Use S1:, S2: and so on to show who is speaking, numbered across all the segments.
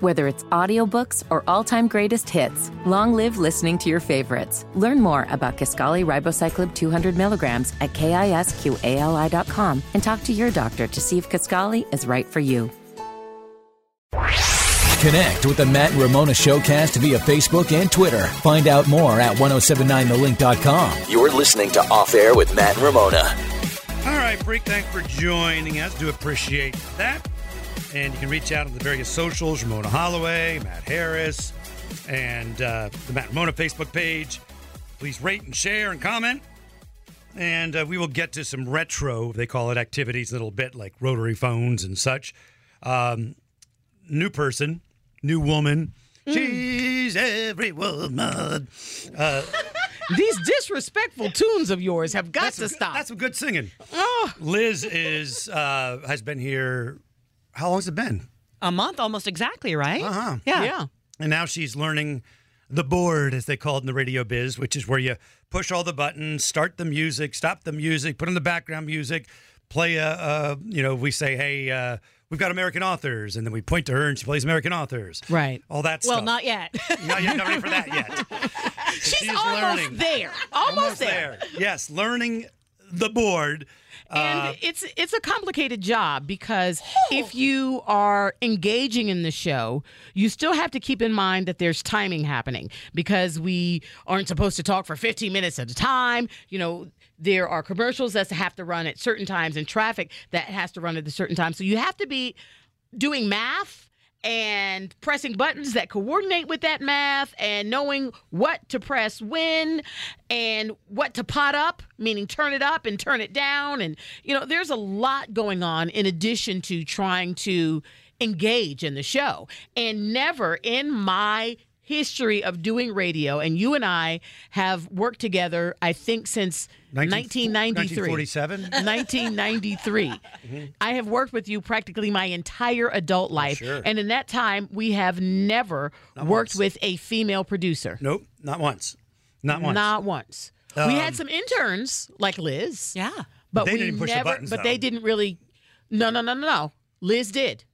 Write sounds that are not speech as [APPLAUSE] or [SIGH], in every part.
S1: Whether it's audiobooks or all-time greatest hits, long live listening to your favorites. Learn more about Kaskali Ribocyclob 200 milligrams at kisqali.com and talk to your doctor to see if Kaskali is right for you.
S2: Connect with the Matt and Ramona Showcast via Facebook and Twitter. Find out more at 1079thelink.com.
S3: You're listening to Off Air with Matt and Ramona.
S4: All right, Freak, thanks for joining us. Do appreciate that. And you can reach out on the various socials Ramona Holloway, Matt Harris, and uh, the Matt and Ramona Facebook page. Please rate and share and comment. And uh, we will get to some retro, they call it activities, a little bit like rotary phones and such. Um, new person, new woman. She's every woman. Uh,
S5: These disrespectful tunes of yours have got
S4: that's
S5: to
S4: some,
S5: stop.
S4: That's some good singing.
S5: Oh,
S4: Liz is uh, has been here. How long's it been?
S6: a month almost exactly, right?
S4: Uh-huh.
S6: Yeah.
S5: yeah.
S4: And now she's learning the board, as they call it in the radio biz, which is where you push all the buttons, start the music, stop the music, put in the background music, play a, a you know, we say, hey, uh, we've got American authors, and then we point to her and she plays American authors.
S5: Right.
S4: All that
S6: Well,
S4: stuff.
S5: [LAUGHS]
S6: not yet.
S4: No, you're not ready for that yet. She's,
S5: almost there. Almost, there.
S4: Yes, learning the board.
S5: and it's it's a complicated job because if you are engaging in the show, you still have to keep in mind that there's timing happening because we aren't supposed to talk for 15 minutes at a time. You know, there are commercials that have to run at certain times and traffic that has to run at a certain time. So you have to be doing math and pressing buttons that coordinate with that math and knowing what to press when and what to pot up, meaning turn it up and turn it down. And, you know, there's a lot going on in addition to trying to engage in the show. And never in my history of doing radio, and you and I have worked together, I think, since 1993.
S4: 1947.
S5: 1993.
S4: Mm-hmm.
S5: I have worked with you practically my entire adult life.
S4: sure.
S5: And in that time, we have never worked
S4: once.
S5: with a female producer.
S4: Nope, not once. Not once. Um,
S5: Not once. we had some interns like Liz.
S6: yeah.
S5: But
S4: They
S5: we
S4: didn't
S5: never,
S4: push the buttons,
S5: but
S4: though.
S5: they didn't really. No, no, no, no, no. Liz did.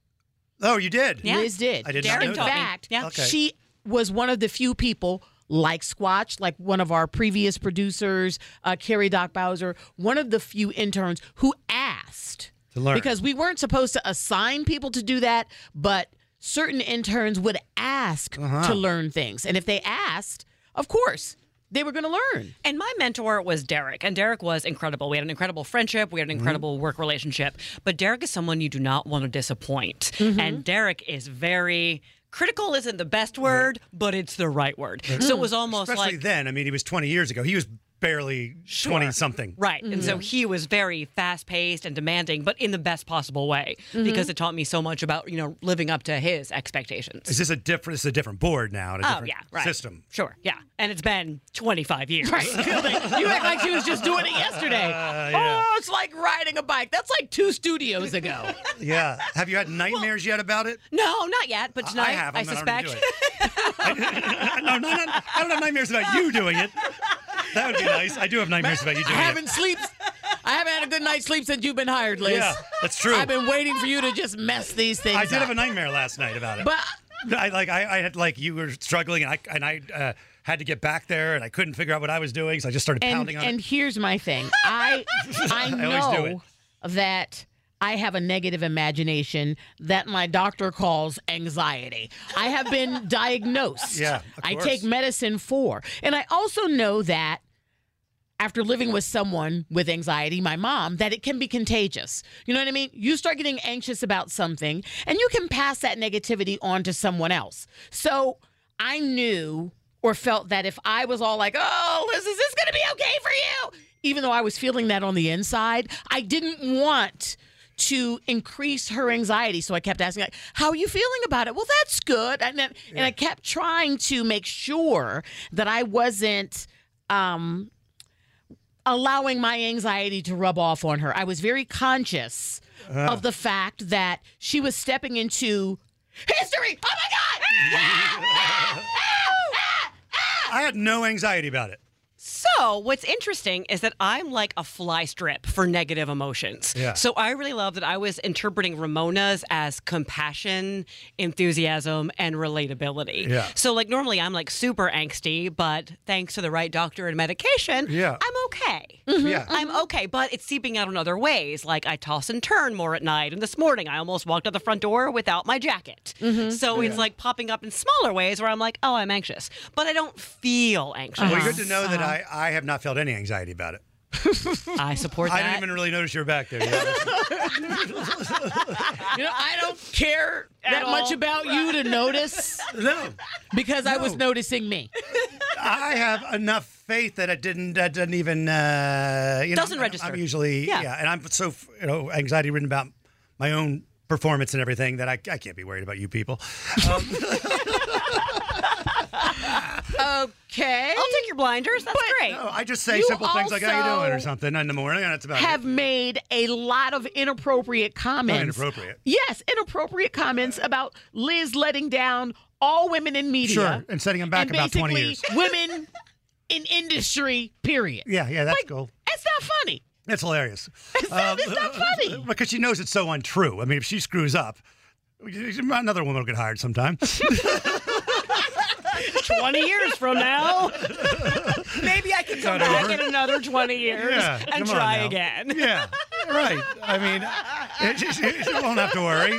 S4: oh, you did.
S6: Yeah.
S5: Liz did.
S4: I did not
S5: In
S4: know that.
S5: fact,
S6: Yeah.
S4: Okay.
S5: she was one of the few people like Squatch, like one of our previous producers, uh, Carrie Doc Bowser, one of the few interns who asked
S4: To learn.
S5: because we weren't supposed to assign people to do that, but certain interns would ask to learn things, and if they asked, of course they were going to learn.
S6: And my mentor was Derek, and Derek was incredible. We had an incredible friendship, we had
S4: Mm-hmm.
S6: an incredible work relationship. But Derek is someone you do not want to disappoint.
S4: Mm-hmm.
S6: And Derek is very critical isn't the best word, but it's the right word. So it was almost
S4: Mm. Especially
S6: like
S4: then. I mean, he was 20 years ago. He was barely 20 something.
S6: Right. And
S4: Mm-hmm.
S6: so he was very fast paced and demanding, but in the best possible way
S4: Mm-hmm.
S6: because it taught me so much about, you know, living up to his expectations.
S4: Is this a different? This is a different board now. And a
S6: Oh,
S4: different
S6: yeah. Right.
S4: System.
S6: Sure. Yeah. And it's been 25 years. [LAUGHS]
S5: you act like she was just doing it yesterday.
S4: [LAUGHS] Uh,
S5: Oh, it's like riding a bike. That's like two studios
S4: [LAUGHS]
S5: ago.
S6: Oh.
S4: Yeah. Have
S6: [LAUGHS]
S4: you had nightmares yet about it?
S6: No, not yet, but tonight
S4: I have. I'm not gonna
S6: suspect.
S4: do it. no, no, no, [LAUGHS] I [LAUGHS] don't have nightmares about you doing it. That would be nice. I do have nightmares about you
S5: I
S4: doing
S5: haven't sleep. I haven't had a good night's sleep since you've been hired,
S4: it.
S5: Liz.
S4: Yeah, that's true.
S5: I've been waiting for you to just mess these things.
S4: I did
S5: up.
S4: have a nightmare last night about it.
S5: But
S4: I like I, I had like you were struggling and I and I uh, had to get back there and I couldn't figure out what I was doing, so I just started
S5: and
S4: pounding on
S5: and
S4: it.
S5: here's my thing.
S4: [LAUGHS]
S5: I I
S4: I always do
S5: know that I have a negative imagination that my doctor calls anxiety. I
S4: [LAUGHS]
S5: have been diagnosed.
S4: Yeah, of
S5: I
S4: course.
S5: take medicine for. And I also know that after living with someone with anxiety, my mom, that it can be contagious. You know what I mean? You start getting anxious about something and you can pass that negativity on to someone else. So I knew or felt that if I was all like, oh, Liz, is this going to be okay for you? Even though I was feeling that on the inside, I didn't want to increase her anxiety. So I kept asking, like, "How are you feeling about it?" Well, that's good, and then, and I kept trying to make sure that I wasn't. Um, allowing my anxiety to rub off on her. I was very conscious of the fact that she was stepping into history. Oh my God!
S4: I had no anxiety about it.
S6: So, what's interesting is that I'm like a fly strip for negative emotions.
S4: Yeah.
S6: So, I really love that I was interpreting Ramona's as compassion, enthusiasm, and relatability.
S4: Yeah.
S6: So, like, normally I'm like super angsty, but thanks to the right doctor and medication,
S4: Yeah.
S6: I'm okay.
S4: Yeah.
S6: I'm okay, but it's seeping out in other ways. Like I toss and turn more at night, and this morning I almost walked out the front door without my jacket. So it's like popping up in smaller ways where I'm like, oh, I'm anxious, but I don't feel anxious.
S5: Uh-huh.
S4: Well, good to know that I, I have not felt any anxiety about it.
S6: I support
S4: I
S6: that.
S4: didn't even really notice you were back there.
S5: [LAUGHS]
S4: Yeah.
S5: You know, I don't care that
S6: all.
S5: much about you to notice
S4: no,
S5: because I was noticing me.
S4: I have enough faith that it didn't. That doesn't even. Uh, you know,
S6: Doesn't
S4: I'm-
S6: register.
S4: I'm usually yeah.
S6: Yeah.
S4: and I'm so you know anxiety ridden about my own performance and everything that I, I can't be worried about you
S5: [LAUGHS]
S4: people. Um,
S5: Okay.
S6: I'll take your blinders. That's great.
S4: no, I just say
S5: You
S4: simple things like "How you
S5: also
S4: doing?" or something in the morning, and that's about
S5: have
S4: it.
S5: made a lot of inappropriate comments.
S4: Oh, inappropriate.
S5: Yes, inappropriate comments about Liz letting down all women in media.
S4: Sure, and setting 'em back
S5: and
S4: about 20
S5: basically [LAUGHS] Women in industry, period.
S4: Yeah, yeah, that's
S5: Like,
S4: cool.
S5: It's not funny.
S4: That's hilarious. It's
S5: not- [LAUGHS]
S4: [LAUGHS]
S5: it's not funny.
S4: Because she knows it's so untrue. I mean, if she screws up, another woman will get hired
S5: [LAUGHS]
S4: sometime.
S6: 20 years from now, [LAUGHS] maybe I can come
S4: Got
S6: back
S4: over.
S6: in another 20 years
S4: [LAUGHS] Yeah,
S6: and
S4: come on
S6: try
S4: now.
S6: again.
S4: [LAUGHS] yeah, right. I mean,
S5: [LAUGHS]
S4: it, she, she- she won't have to worry.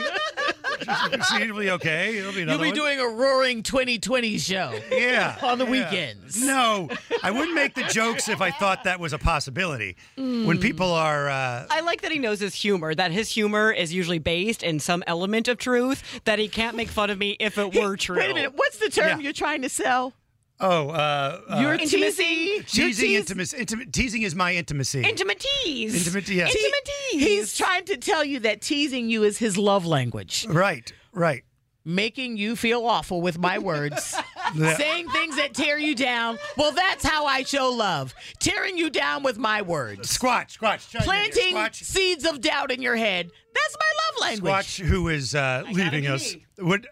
S4: She'll be okay. It'll be
S5: You'll
S4: another
S5: be
S4: one.
S5: doing a roaring 2020 show.
S4: [LAUGHS] yeah,
S5: on the
S4: yeah.
S5: weekends.
S4: No, I wouldn't make the jokes if I thought that was a possibility.
S5: Hmm.
S4: When people are uh,
S6: I like that he knows his humor, that his humor is usually based in some element of truth, that he can't make fun of me if it were true.
S5: Wait a minute. What's the term
S4: Yeah.
S5: you're trying to sell?
S4: oh, uh, uh,
S5: Your
S6: intimacy.
S5: teasing. Your
S4: teasing
S5: teas-
S4: intimacy. Intim- teasing is my intimacy.
S6: Intimate tease.
S4: Intimate- yeah.
S5: te-
S6: Intimate tease.
S5: He's trying to tell you that teasing you is his love language,
S4: right, right.
S5: making you feel awful with my [LAUGHS] words, saying things that tear you down. Well, that's how I show love, tearing you down with my words,
S4: Squatch, squatch. chime in here.
S5: planting
S4: Squatch.
S5: seeds of doubt in your head. That's my love language.
S4: Squatch, who is uh, leaving us, when,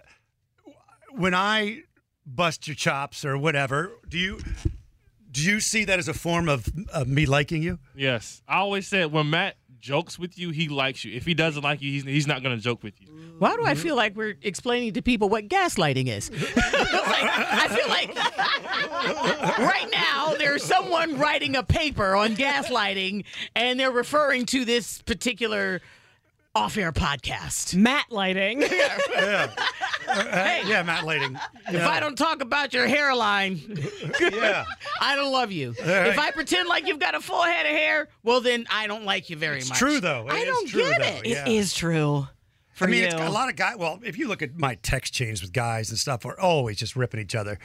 S4: when I bust your chops or whatever, do you do you see that as a form of, of me liking you?
S7: Yes. I always said when Matt jokes with you, he likes you. If he doesn't like you, he's, he's not going to joke with you.
S5: Why do I feel like we're explaining to people what gaslighting is? [LAUGHS] like, I feel like [LAUGHS] right now there's someone writing a paper on gaslighting and they're referring to this particular off air podcast.
S6: Matt
S4: [LAUGHS]
S6: lighting.
S5: Hey,
S4: Uh, Yeah, Matt Lading.
S5: if I don't talk about your hairline,
S4: yeah,
S5: [LAUGHS] I don't love you. If I pretend like you've got a full head of hair, well, then I don't like you very much.
S4: true though. It
S5: I
S4: is
S5: don't
S4: true,
S5: get
S4: though.
S5: it.
S4: Yeah.
S6: It is true. For
S4: I mean,
S6: you.
S4: it's a lot of guys. Well, if you look at my text chains with guys and stuff, we're always just ripping each other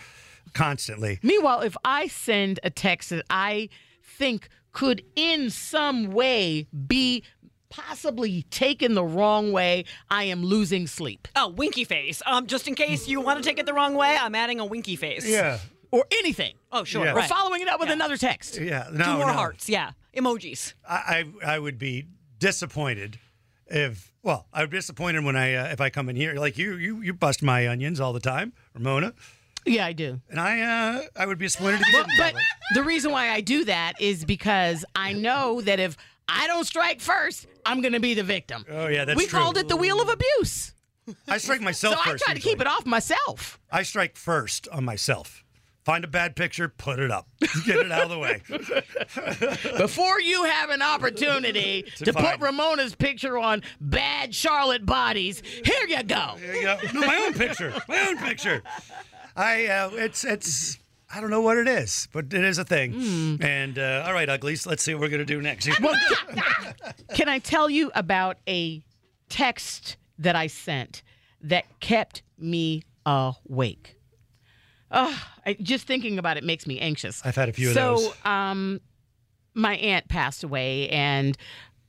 S4: constantly.
S5: Meanwhile, if I send a text that I think could in some way be possibly taken the wrong way, I am losing sleep.
S6: Oh, winky face. Um, just in case you want to take it the wrong way, I'm adding a winky face.
S5: Or anything.
S6: Oh, sure.
S4: Yeah.
S5: Or
S6: Right.
S5: following it up with another text.
S4: yeah. No,
S6: Two more
S4: no.
S6: hearts. Yeah. Emojis.
S4: I, I I would be disappointed if well I would be disappointed when I uh, if I come in here like you you you bust my onions all the time Ramona
S5: Yeah, I do.
S4: and I uh, I would be disappointed if you didn't.
S5: But the reason why I do that is because I know that if I don't strike first, I'm going to be the victim.
S4: Oh, yeah, that's
S5: we
S4: true.
S5: called it the wheel of abuse.
S4: I strike
S5: So
S4: myself
S5: I
S4: first
S5: try to keep
S4: usually.
S5: it off myself.
S4: I strike first on myself find a bad picture put it up get it out of the
S5: [LAUGHS]
S4: way
S5: Before you have an opportunity [LAUGHS] to,
S4: find-
S5: put Ramona's picture on bad Charlotte bodies, here you go.
S4: There you go. no my own picture my own picture I uh, it's it's I don't know what it is but it is a thing
S5: Hmm.
S4: and uh, all right uglies let's see what we're gonna do next
S5: Can I tell you about a text that I sent that kept me awake? Ugh, I, just thinking about it makes me anxious.
S4: I've had a few of
S5: so,
S4: those.
S5: um, my aunt passed away, and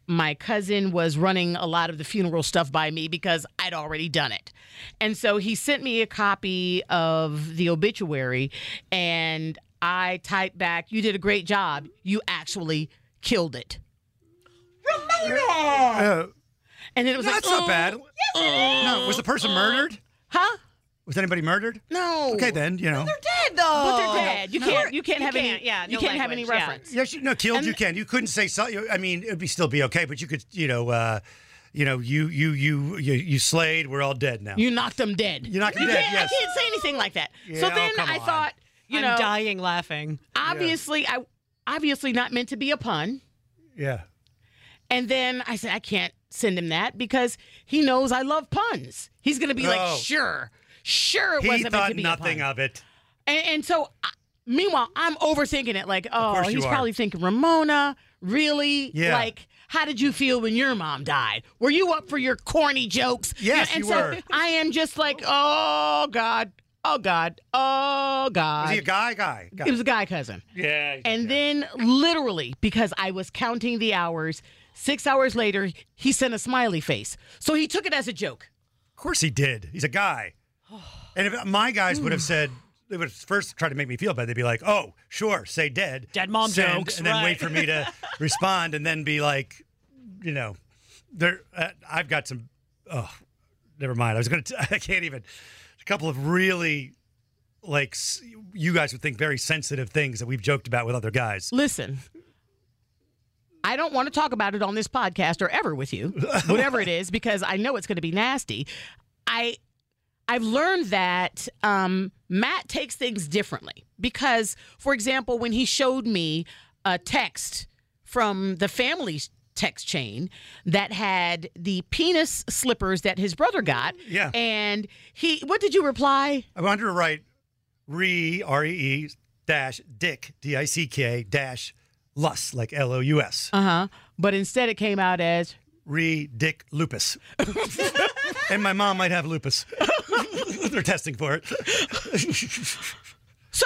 S5: my cousin was running a lot of the funeral stuff by me because I'd already done it. And so he sent me a copy of the obituary and I typed back, You did a great job. You actually killed it.
S4: Uh,
S5: And then it was
S4: that's
S5: like,
S4: not bad. No, was the person murdered?
S5: Huh?
S4: Was anybody murdered?
S5: No.
S4: Okay, then you know.
S6: Dead
S5: But
S6: though.
S4: Oh,
S5: they're dead. You can't. You can't
S6: You
S5: have
S6: can't,
S5: any.
S6: yeah,
S5: you
S6: no
S5: can't have any
S6: language, yeah.
S5: reference.
S4: Yes, you, no, killed. you can. You couldn't say something. I mean, it'd be still be okay, but you could, you know, uh, you know, you you you you you slayed. We're all dead now.
S5: You knocked them dead.
S4: You knocked 'em
S5: You
S4: dead,
S5: can't-
S4: yes.
S5: I can't say anything like that.
S4: Yeah,
S5: so
S4: oh,
S5: then
S4: come
S5: I
S4: on.
S5: thought, you
S6: I'm
S5: know,
S6: dying laughing.
S5: obviously, I obviously not meant to be a pun.
S4: yeah.
S5: And then I said, I can't send him that because he knows I love puns. He's gonna be
S4: Oh.
S5: like, sure, sure, it
S4: He
S5: wasn't meant to
S4: thought
S5: be
S4: nothing
S5: a pun.
S4: of it.
S5: And, and so, I, meanwhile, I'm overthinking it. Like, oh,
S4: course you
S5: he's
S4: are.
S5: probably thinking, Ramona, really?
S4: Yeah.
S5: Like, how did you feel when your mom died? Were you up for your corny jokes?
S4: Yes,
S5: and
S4: you
S5: so
S4: were.
S5: I am just like, oh God, oh God, oh God.
S4: Was he a guy? Guy? guy.
S5: It was a guy cousin.
S4: yeah.
S5: And then, literally, because I was counting the hours, six hours later, he sent a smiley face. So he took it as a joke.
S4: Of course he did. He's a guy. And if my guys would have said, they would first try to make me feel bad. They'd be like, oh, sure, say dead.
S6: Dead mom
S4: send,
S6: jokes,
S4: And then wait
S6: right. [LAUGHS]
S4: for me to respond and then be like, you know, there. Uh, I've got some, oh, never mind. I was going to, [LAUGHS] I can't even. A couple of really, like, s- you guys would think very sensitive things that we've joked about with other guys.
S5: Listen, I don't want to talk about it on this podcast or ever with you, whatever it is, because I know it's going to be nasty. I I've learned that um, Matt takes things differently because, for example, when he showed me a text from the family's text chain that had the penis slippers that his brother got,
S4: Yeah.
S5: and he, what did you reply?
S4: I wanted to write re, R E E, dash, dick, D I C K, dash, lus, like L O U S.
S5: Uh huh. But instead, it came out as
S4: Ridic
S5: [LAUGHS]
S4: lupus. and my mom might have lupus. [LAUGHS] They're testing for it.
S5: So,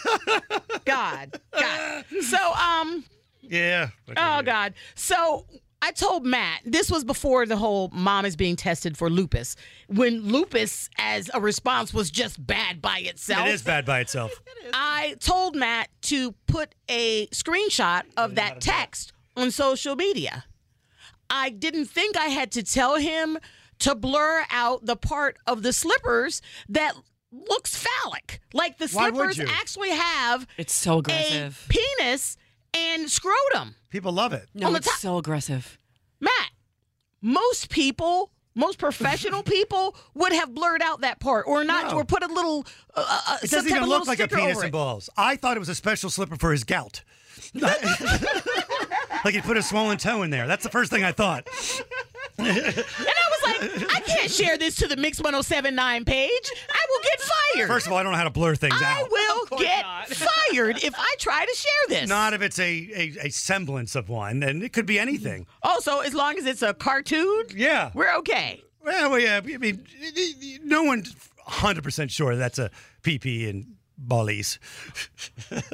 S5: [LAUGHS] God, God. So, um,
S4: yeah. but-
S5: oh God. So I told Matt this was before the whole mom is being tested for lupus. When lupus as a response was just bad by itself.
S4: It is bad by itself.
S5: I told Matt to put a screenshot of that text on social media. I didn't think I had to tell him to blur out the part of the slippers that looks phallic. Like the
S4: Why would
S5: slippers
S4: you?
S5: actually have
S6: It's so
S5: a
S6: aggressive.
S5: penis and scrotum.
S4: People love it.
S6: No,
S5: on the
S6: it's
S5: top-
S6: so aggressive.
S5: Matt, most people, most
S4: [LAUGHS]
S5: professional people would have blurred out that part or not,
S4: No.
S5: or put a little. Uh, uh,
S4: It
S5: some
S4: doesn't
S5: type
S4: even
S5: of
S4: look
S5: little
S4: like a
S5: sticker
S4: penis
S5: over
S4: and
S5: it.
S4: balls. I thought it was a special slipper for his
S5: [LAUGHS]
S4: gout. [LAUGHS] like he put a swollen toe in there. That's the first thing I thought.
S5: And I was like, I can't share this to the Mix 1079 page. I will get fired.
S4: First of all, I don't know how to blur things
S5: I
S4: out.
S5: will get fired if I try to share this.
S4: Not if it's a, a, a semblance of one, and it could be anything.
S5: also, as long as it's a cartoon,
S4: Yeah.
S5: we're okay.
S4: Well, yeah, I mean, no one's 100% sure that's a PP and ballies.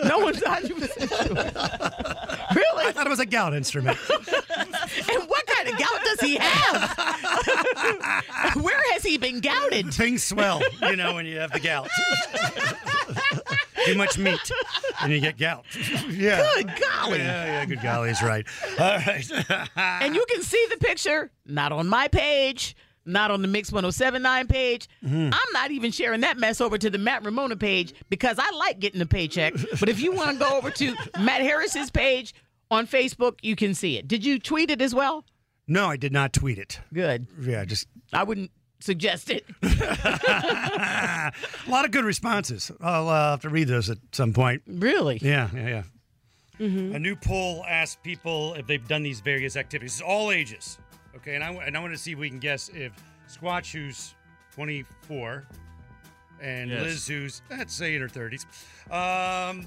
S5: No
S4: [LAUGHS]
S5: one's 100% sure. really?
S4: I thought it was a gout instrument.
S5: And what kind of gout does he have? [LAUGHS] Where has he been
S4: [LAUGHS]
S5: gouted?
S4: Things swell, you know, when you have the [LAUGHS] gout. Too much meat, and you get gout. [LAUGHS] [LAUGHS] yeah.
S5: Good golly.
S4: Yeah, yeah, good golly is right. All right. [LAUGHS]
S5: And you can see the picture, not on my page, not on the Mix 1079 page. I'm not even sharing that mess over to the Matt Ramona page because I like getting a paycheck. But if you want to go over to Matt Harris's page on Facebook, you can see it. Did you tweet it as well?
S4: no, I did not tweet it.
S5: Good.
S4: Yeah, just
S5: I wouldn't suggest it. [LAUGHS]
S4: a lot of good responses. I'll uh, have to read those at some point.
S5: Really?
S4: Yeah, yeah, yeah. A new poll asked people if they've done these various activities. It's all ages. Okay, and I, and I want to see if we can guess if Squatch, who's 24, and
S7: Yes.
S4: Liz, who's, let's say, in her 30s, um,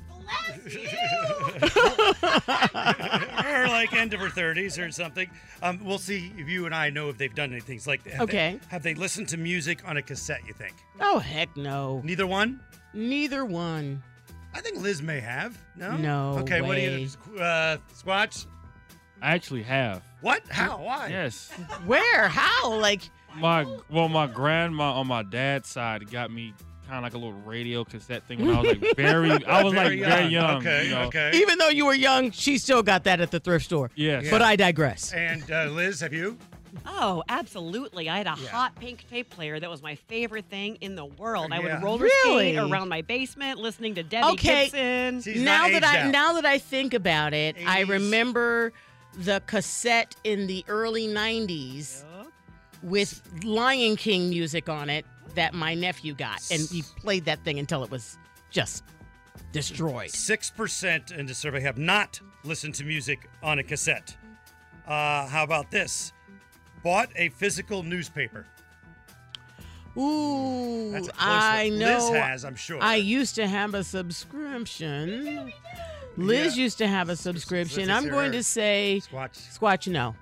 S4: or like end of her 30s or something, um, we'll see if you and I know if they've done any things like that. Have they-
S5: Okay.
S4: have they listened to music on a cassette, you think?
S5: Oh, heck no.
S4: Neither one?
S5: Neither one.
S4: I think Liz may have. No.
S5: No
S4: Okay. What do
S5: way.
S4: you, uh, Squatch?
S7: I actually have.
S4: What? How? Why?
S7: Yes.
S5: Where? How? Like,
S7: My well, my grandma on my dad's side got me kind of like a little radio cassette thing when I was
S4: [LAUGHS]
S7: like very, I was like very young.
S4: Okay,
S7: you know?
S4: okay.
S5: even though you were young, she still got that at the thrift store.
S7: Yes.
S5: But I digress.
S4: and uh, Liz, have you?
S6: Oh, absolutely. I had a hot pink tape player that was my favorite thing in the world. I
S4: Yeah.
S6: would roller
S5: Really?
S6: skate around my basement listening to Debbie
S5: Okay.
S6: Gibson.
S4: See, He's
S5: now
S4: not
S5: that
S4: aged
S5: I
S4: out.
S5: now that I think about it, I
S4: 80s.
S5: remember the cassette in the early '90s with Lion King music on it that my nephew got, and he played that thing until it was just destroyed.
S4: Six percent in the survey have not listened to music on a cassette. Uh, how about this? Bought a physical newspaper.
S5: Ooh,
S4: That's a choice
S5: I
S4: that
S5: know.
S4: Liz has, I'm sure.
S5: I used to have a subscription. Liz
S4: Yeah.
S5: used to have a
S4: Let's
S5: subscription.
S4: just
S5: I'm
S4: hear
S5: going
S4: her.
S5: to say
S4: Squatch.
S5: Squatch no.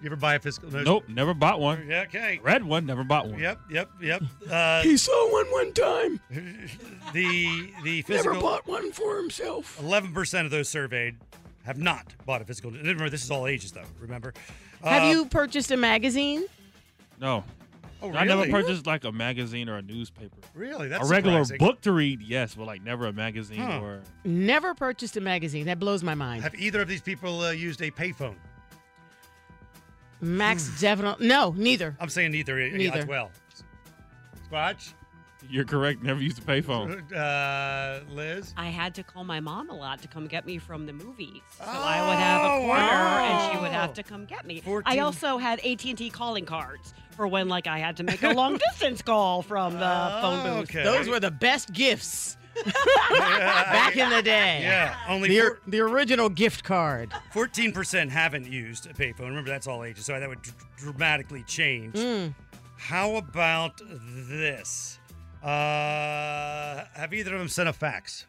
S4: You ever buy a physical newspaper?
S7: Nope, never bought one.
S4: Yeah, okay.
S7: Read one, never bought one.
S4: Yep, yep, yep.
S5: [LAUGHS]
S4: Uh,
S5: He saw one one time.
S4: the the physical.
S5: one for himself.
S4: Eleven percent of those surveyed have not bought a physical. Remember, this is all ages though. Remember.
S5: Have
S4: Uh,
S5: you purchased a magazine?
S7: No,
S4: Oh,
S7: I never
S4: really?
S7: purchased like a magazine or a newspaper.
S4: Really, that's
S7: a regular
S4: surprising.
S7: book to read, yes, but like never a magazine
S4: Huh.
S7: or.
S5: Never purchased a magazine. That blows my mind.
S4: Have either of these people uh, used a payphone?
S5: Max
S4: Hmm.
S5: definitely. No, neither.
S4: I'm saying neither, uh,
S5: Neither.
S4: as well. Squatch,
S7: You're correct. Never used a payphone.
S4: uh, Liz.
S6: I had to call my mom a lot to come get me from the movies. So I would have a
S4: Oh,
S6: corner
S4: wow.
S6: and she would have to come get me.
S4: 14.
S6: I also had AT&T calling cards for when like I had to make a long distance call from the phone
S4: Oh,
S6: booth.
S4: okay.
S5: Those were the
S4: [LAUGHS]
S5: best gifts
S4: yeah,
S5: back in the day.
S4: yeah, only
S5: The, or- the original gift card.
S4: fourteen percent haven't used a payphone. Remember, that's all ages, so that would dr- dramatically change.
S5: Hmm.
S4: How about this? Uh, have either of them sent a fax?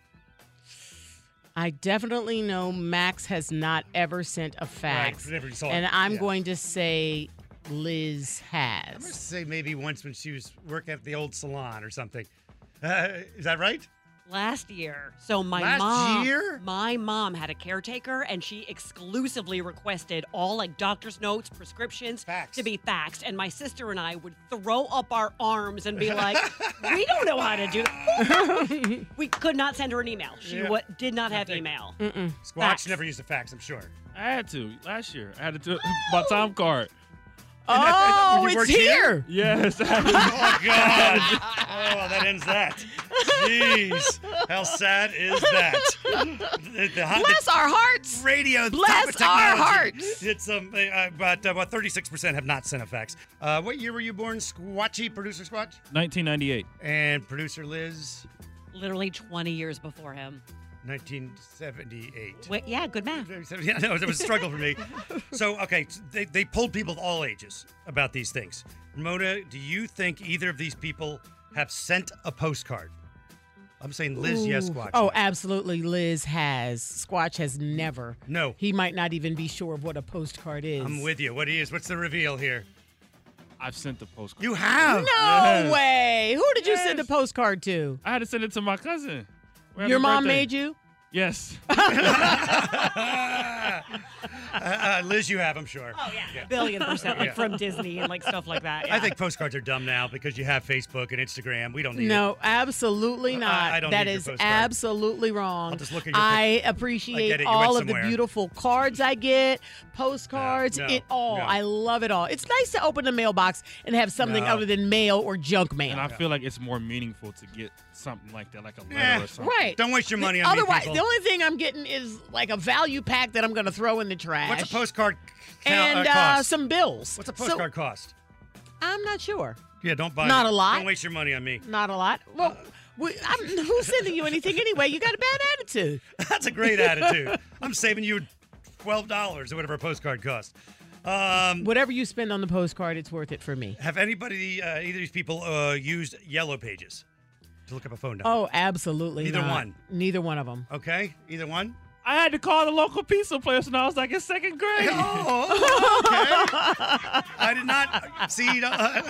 S5: I definitely know Max has not ever sent a fax.
S4: Right, never saw it.
S5: and I'm
S4: Yeah.
S5: going to say Liz
S4: I'm gonna
S5: has.
S4: say maybe once when she was working at the old salon or something. Uh, is that right?
S6: Last year. So my
S4: Last
S6: mom
S4: year?
S6: my mom had a caretaker and she exclusively requested all like doctor's notes, prescriptions
S4: Faxed.
S6: to be faxed. And my sister and I would throw up our arms and
S4: [LAUGHS]
S6: be like, We don't know how to do that. we could not send her an email. She
S4: Yeah. Mm.
S6: wa- did not have email.
S4: Squatch
S6: Fax.
S4: never used a fax, I'm
S5: [LAUGHS]
S4: sure.
S7: I had to last year. I had to do it- [LAUGHS] my time card.
S5: Oh,
S4: [LAUGHS] You
S5: it's
S4: worked
S5: here. [LAUGHS]
S7: Yes. I had
S4: Oh God! [LAUGHS] oh, that ends that. Jeez, how sad is that? The, the hot-
S5: Bless our hearts.
S4: the radio. the
S5: bless
S4: top of technology.
S5: our hearts.
S4: It's um, uh, but about thirty-six percent have not sent a fax. Uh, what year were you born, Squatchy? Producer Squatch
S7: 1998.
S4: and producer Liz,
S6: Literally 20 years before him.
S4: nineteen seventy-eight.
S6: Wait, yeah,
S4: [LAUGHS]
S6: good math.
S4: Yeah, no, it was a struggle for me. So, okay, they, they pulled people of all ages about these things. Ramona, do you think either of these people have sent a postcard? I'm saying Liz, yes,
S5: Ooh.
S4: Squatch.
S5: Oh, absolutely. Liz has. Squatch has never.
S4: No.
S5: He might not even be sure of what a postcard is.
S4: I'm with you. What is? What's the reveal here?
S7: I've sent the postcard.
S4: You have.
S5: No
S7: Yes.
S5: way. Who did you send the
S7: Yes.
S5: postcard to?
S7: I had to send it to my cousin. for
S5: Your
S7: happy
S5: mom
S7: birthday.
S5: made you?
S7: Yes.
S5: [LAUGHS]
S4: Uh, Liz, you have. I'm sure. Oh yeah.
S6: [LAUGHS]
S4: [LAUGHS]
S6: Billion percent, like from Disney and like stuff like that.
S4: I
S6: yeah.
S4: think postcards are dumb now because you have Facebook and Instagram. We don't need it.
S5: No, absolutely not.
S4: I don't
S5: That
S4: need your
S5: is
S4: postcard.
S5: absolutely wrong.
S4: I'll just look at your
S5: I
S4: I
S5: appreciate
S4: get it. You went
S5: all of the
S4: somewhere.
S5: beautiful cards I get, postcards,
S4: No,
S5: it all.
S4: no.
S5: I love it all. It's nice to open the mailbox and have something
S4: No.
S5: other than mail or junk mail.
S7: And I feel like it's more meaningful to get something like that, like a letter
S4: Eh,
S7: or something.
S5: Right.
S4: Don't waste your
S5: The-
S4: money on me,
S5: Otherwise,
S4: people.
S5: the only thing I'm getting is like a value pack that I'm going to throw in the trash.
S4: What's a postcard count,
S5: and
S4: uh, cost?
S5: some bills.
S4: What's a
S5: So,
S4: postcard cost?
S5: I'm not sure.
S4: Yeah, don't buy.
S5: Not
S4: me.
S5: a lot.
S4: Don't waste your money on me.
S5: Not a lot. Well, we, I'm, [LAUGHS] who's sending you anything anyway? You got a bad attitude.
S4: [LAUGHS] That's a great attitude. I'm saving you twelve dollars or whatever a postcard costs. Um,
S5: Whatever you spend on the postcard, it's worth it for me.
S4: have anybody, uh, either of these people, uh, used Yellow Pages to look up a phone number?
S5: Oh, absolutely.
S4: Neither
S5: not.
S4: one.
S5: Neither one of them.
S4: Okay, either one.
S7: I had to call the local pizza place when I was like in second
S5: [LAUGHS]
S7: grade. [LAUGHS]
S4: Oh, okay. I did not see. Uh,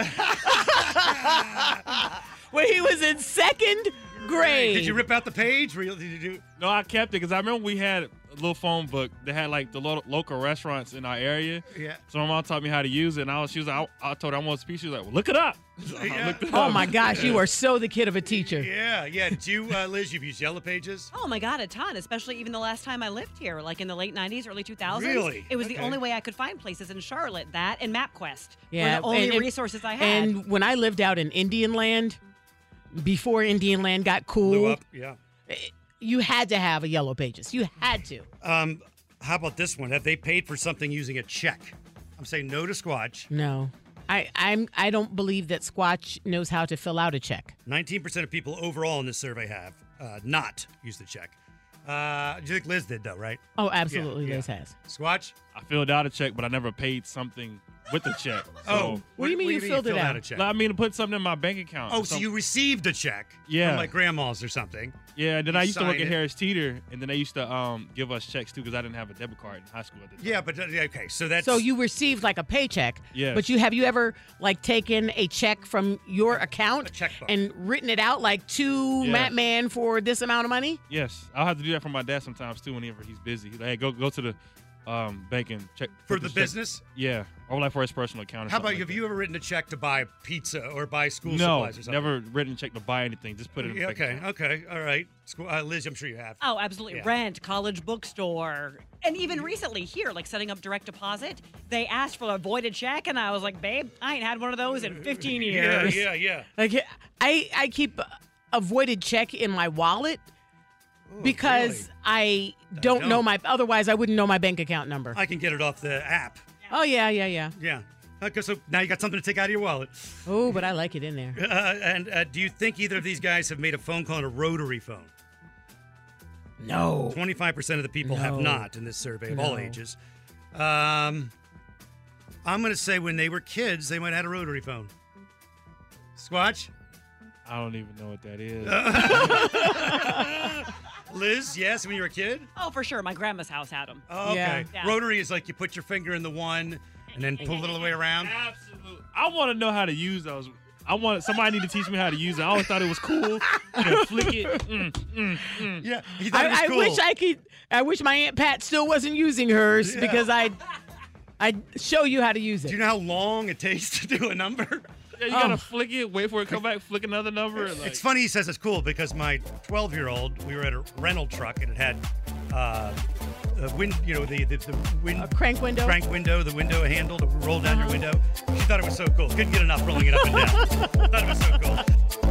S5: When he was in second grade.
S4: Did you rip out the page? Were you, did you do?
S7: No, I kept it because I remember we had a little phone book that had like the lo- local restaurants in our area.
S4: Yeah.
S7: So my mom taught me how to use it, and I was she was like, I, I told her I want to speak. She was like, well, look it up. So I
S4: Yeah.
S7: looked it
S5: Oh
S7: up.
S5: my gosh, you are so the kid of a teacher.
S4: [LAUGHS] Yeah, yeah. Did you, uh, Liz? You've used Yellow Pages.
S6: Oh my God, a ton, especially even the last time I lived here, like in the late 90s, early 2000s.
S4: Really?
S6: It was
S4: Okay.
S6: the only way I could find places in Charlotte. That and MapQuest
S5: Yeah,
S6: were the only
S5: and- and-
S6: resources I had.
S5: And when I lived out in Indian Land, before Indian Land got
S4: Blew
S5: cool,
S4: up. Yeah.
S5: you had to have a yellow pages. You had to.
S4: Um, how about this one? Have they paid for something using a check? I'm saying no to Squatch.
S5: No. I, I'm I don't believe that Squatch knows how to fill out a check.
S4: 19% of people overall in this survey have uh, not used the check. Uh, do you think Liz did though, right?
S5: Oh, absolutely,
S4: yeah.
S5: Liz has.
S4: Squatch.
S7: I filled out a check, but I never paid something with the check.
S4: Oh,
S7: So,
S5: What do you mean you filled it out?
S4: a check?
S7: Like, I mean, to put something in my bank account.
S4: Oh,
S7: or
S4: so
S7: some-
S4: you received a check
S7: Yeah.
S4: from like grandma's or something.
S7: Yeah, and then
S4: you
S7: I used to work
S4: signed
S7: at
S4: it.
S7: Harris Teeter, and then they used to um, give us checks too because I didn't have a debit card in high school at the time.
S4: Yeah, but uh, okay, so that's
S5: So you received like a paycheck.
S7: Yes.
S5: But you have you ever like taken a check from your account
S4: A checkbook.
S5: and written it out like to
S7: Yeah.
S5: Matt Man for this amount of money?
S7: Yes, I'll have to do that for my dad sometimes too. Whenever he's busy, he's like, hey, go go to the um, bank and check
S4: for the
S7: put this check-
S4: business.
S7: Yeah, or like for his personal account. Or
S4: How
S7: something
S4: about
S7: like
S4: have
S7: that.
S4: you ever written a check to buy pizza or buy school
S7: No,
S4: supplies or something?
S7: never written a check to buy anything. Just put it in. the
S4: Yeah,
S7: bank
S4: okay,
S7: account.
S4: okay, all right. School, uh, Liz, I'm sure you have.
S6: Oh, absolutely.
S4: Yeah.
S6: Rent, college bookstore. And even recently here, like setting up direct deposit, they asked for a voided check. And I was like, babe, I ain't had one of those in
S4: [LAUGHS]
S6: 15
S4: yeah,
S6: years.
S4: yeah, yeah.
S5: Like I I keep a voided check in my wallet because I don't, know
S4: don't.
S5: my otherwise I wouldn't know my bank account number.
S4: I can get it off the app.
S5: oh yeah, yeah, yeah.
S4: Yeah. Okay, so now you got something to take out of your wallet.
S5: Oh, but I like it in there.
S4: Uh, and uh, do you think either of these guys have made a phone call on a rotary phone?
S5: No.
S4: 25% of the people have
S5: No.
S4: not in this survey of all
S5: No.
S4: ages. Um, I'm going to say when they were kids, they might have had a rotary phone. Squatch?
S7: I don't even know what that is.
S4: [LAUGHS] Liz, yes, when you were a kid?
S6: Oh, for sure. My grandma's house had them.
S4: Oh, okay.
S5: Yeah.
S6: Yeah.
S4: Rotary is like you put your finger in the one and then pull it all the way around.
S7: Absolutely. I want to know how to use those. I want somebody need to teach me how to use it. I always thought it was cool. You can flick it. Mm.
S4: Yeah. You thought it was
S5: I, I
S4: cool.
S5: wish I could. I wish my aunt Pat still wasn't using hers
S4: Yeah.
S5: because I, I show you how to use
S4: Do you
S5: it.
S4: know how long it takes [LAUGHS] to do a number?
S7: Yeah, you gotta
S5: Oh.
S7: flick it. Wait for it to come back. Flick another number. Like,
S4: It's funny he says it's cool because my 12 year old, we were at a rental truck and it had uh, a wind, you know, the, the, the wind
S5: A crank window. Uh-huh.
S4: crank window, the window handle
S5: [LAUGHS]
S4: to roll down your window. She thought it was so cool. Couldn't get enough rolling it up and down. thought it was so cool.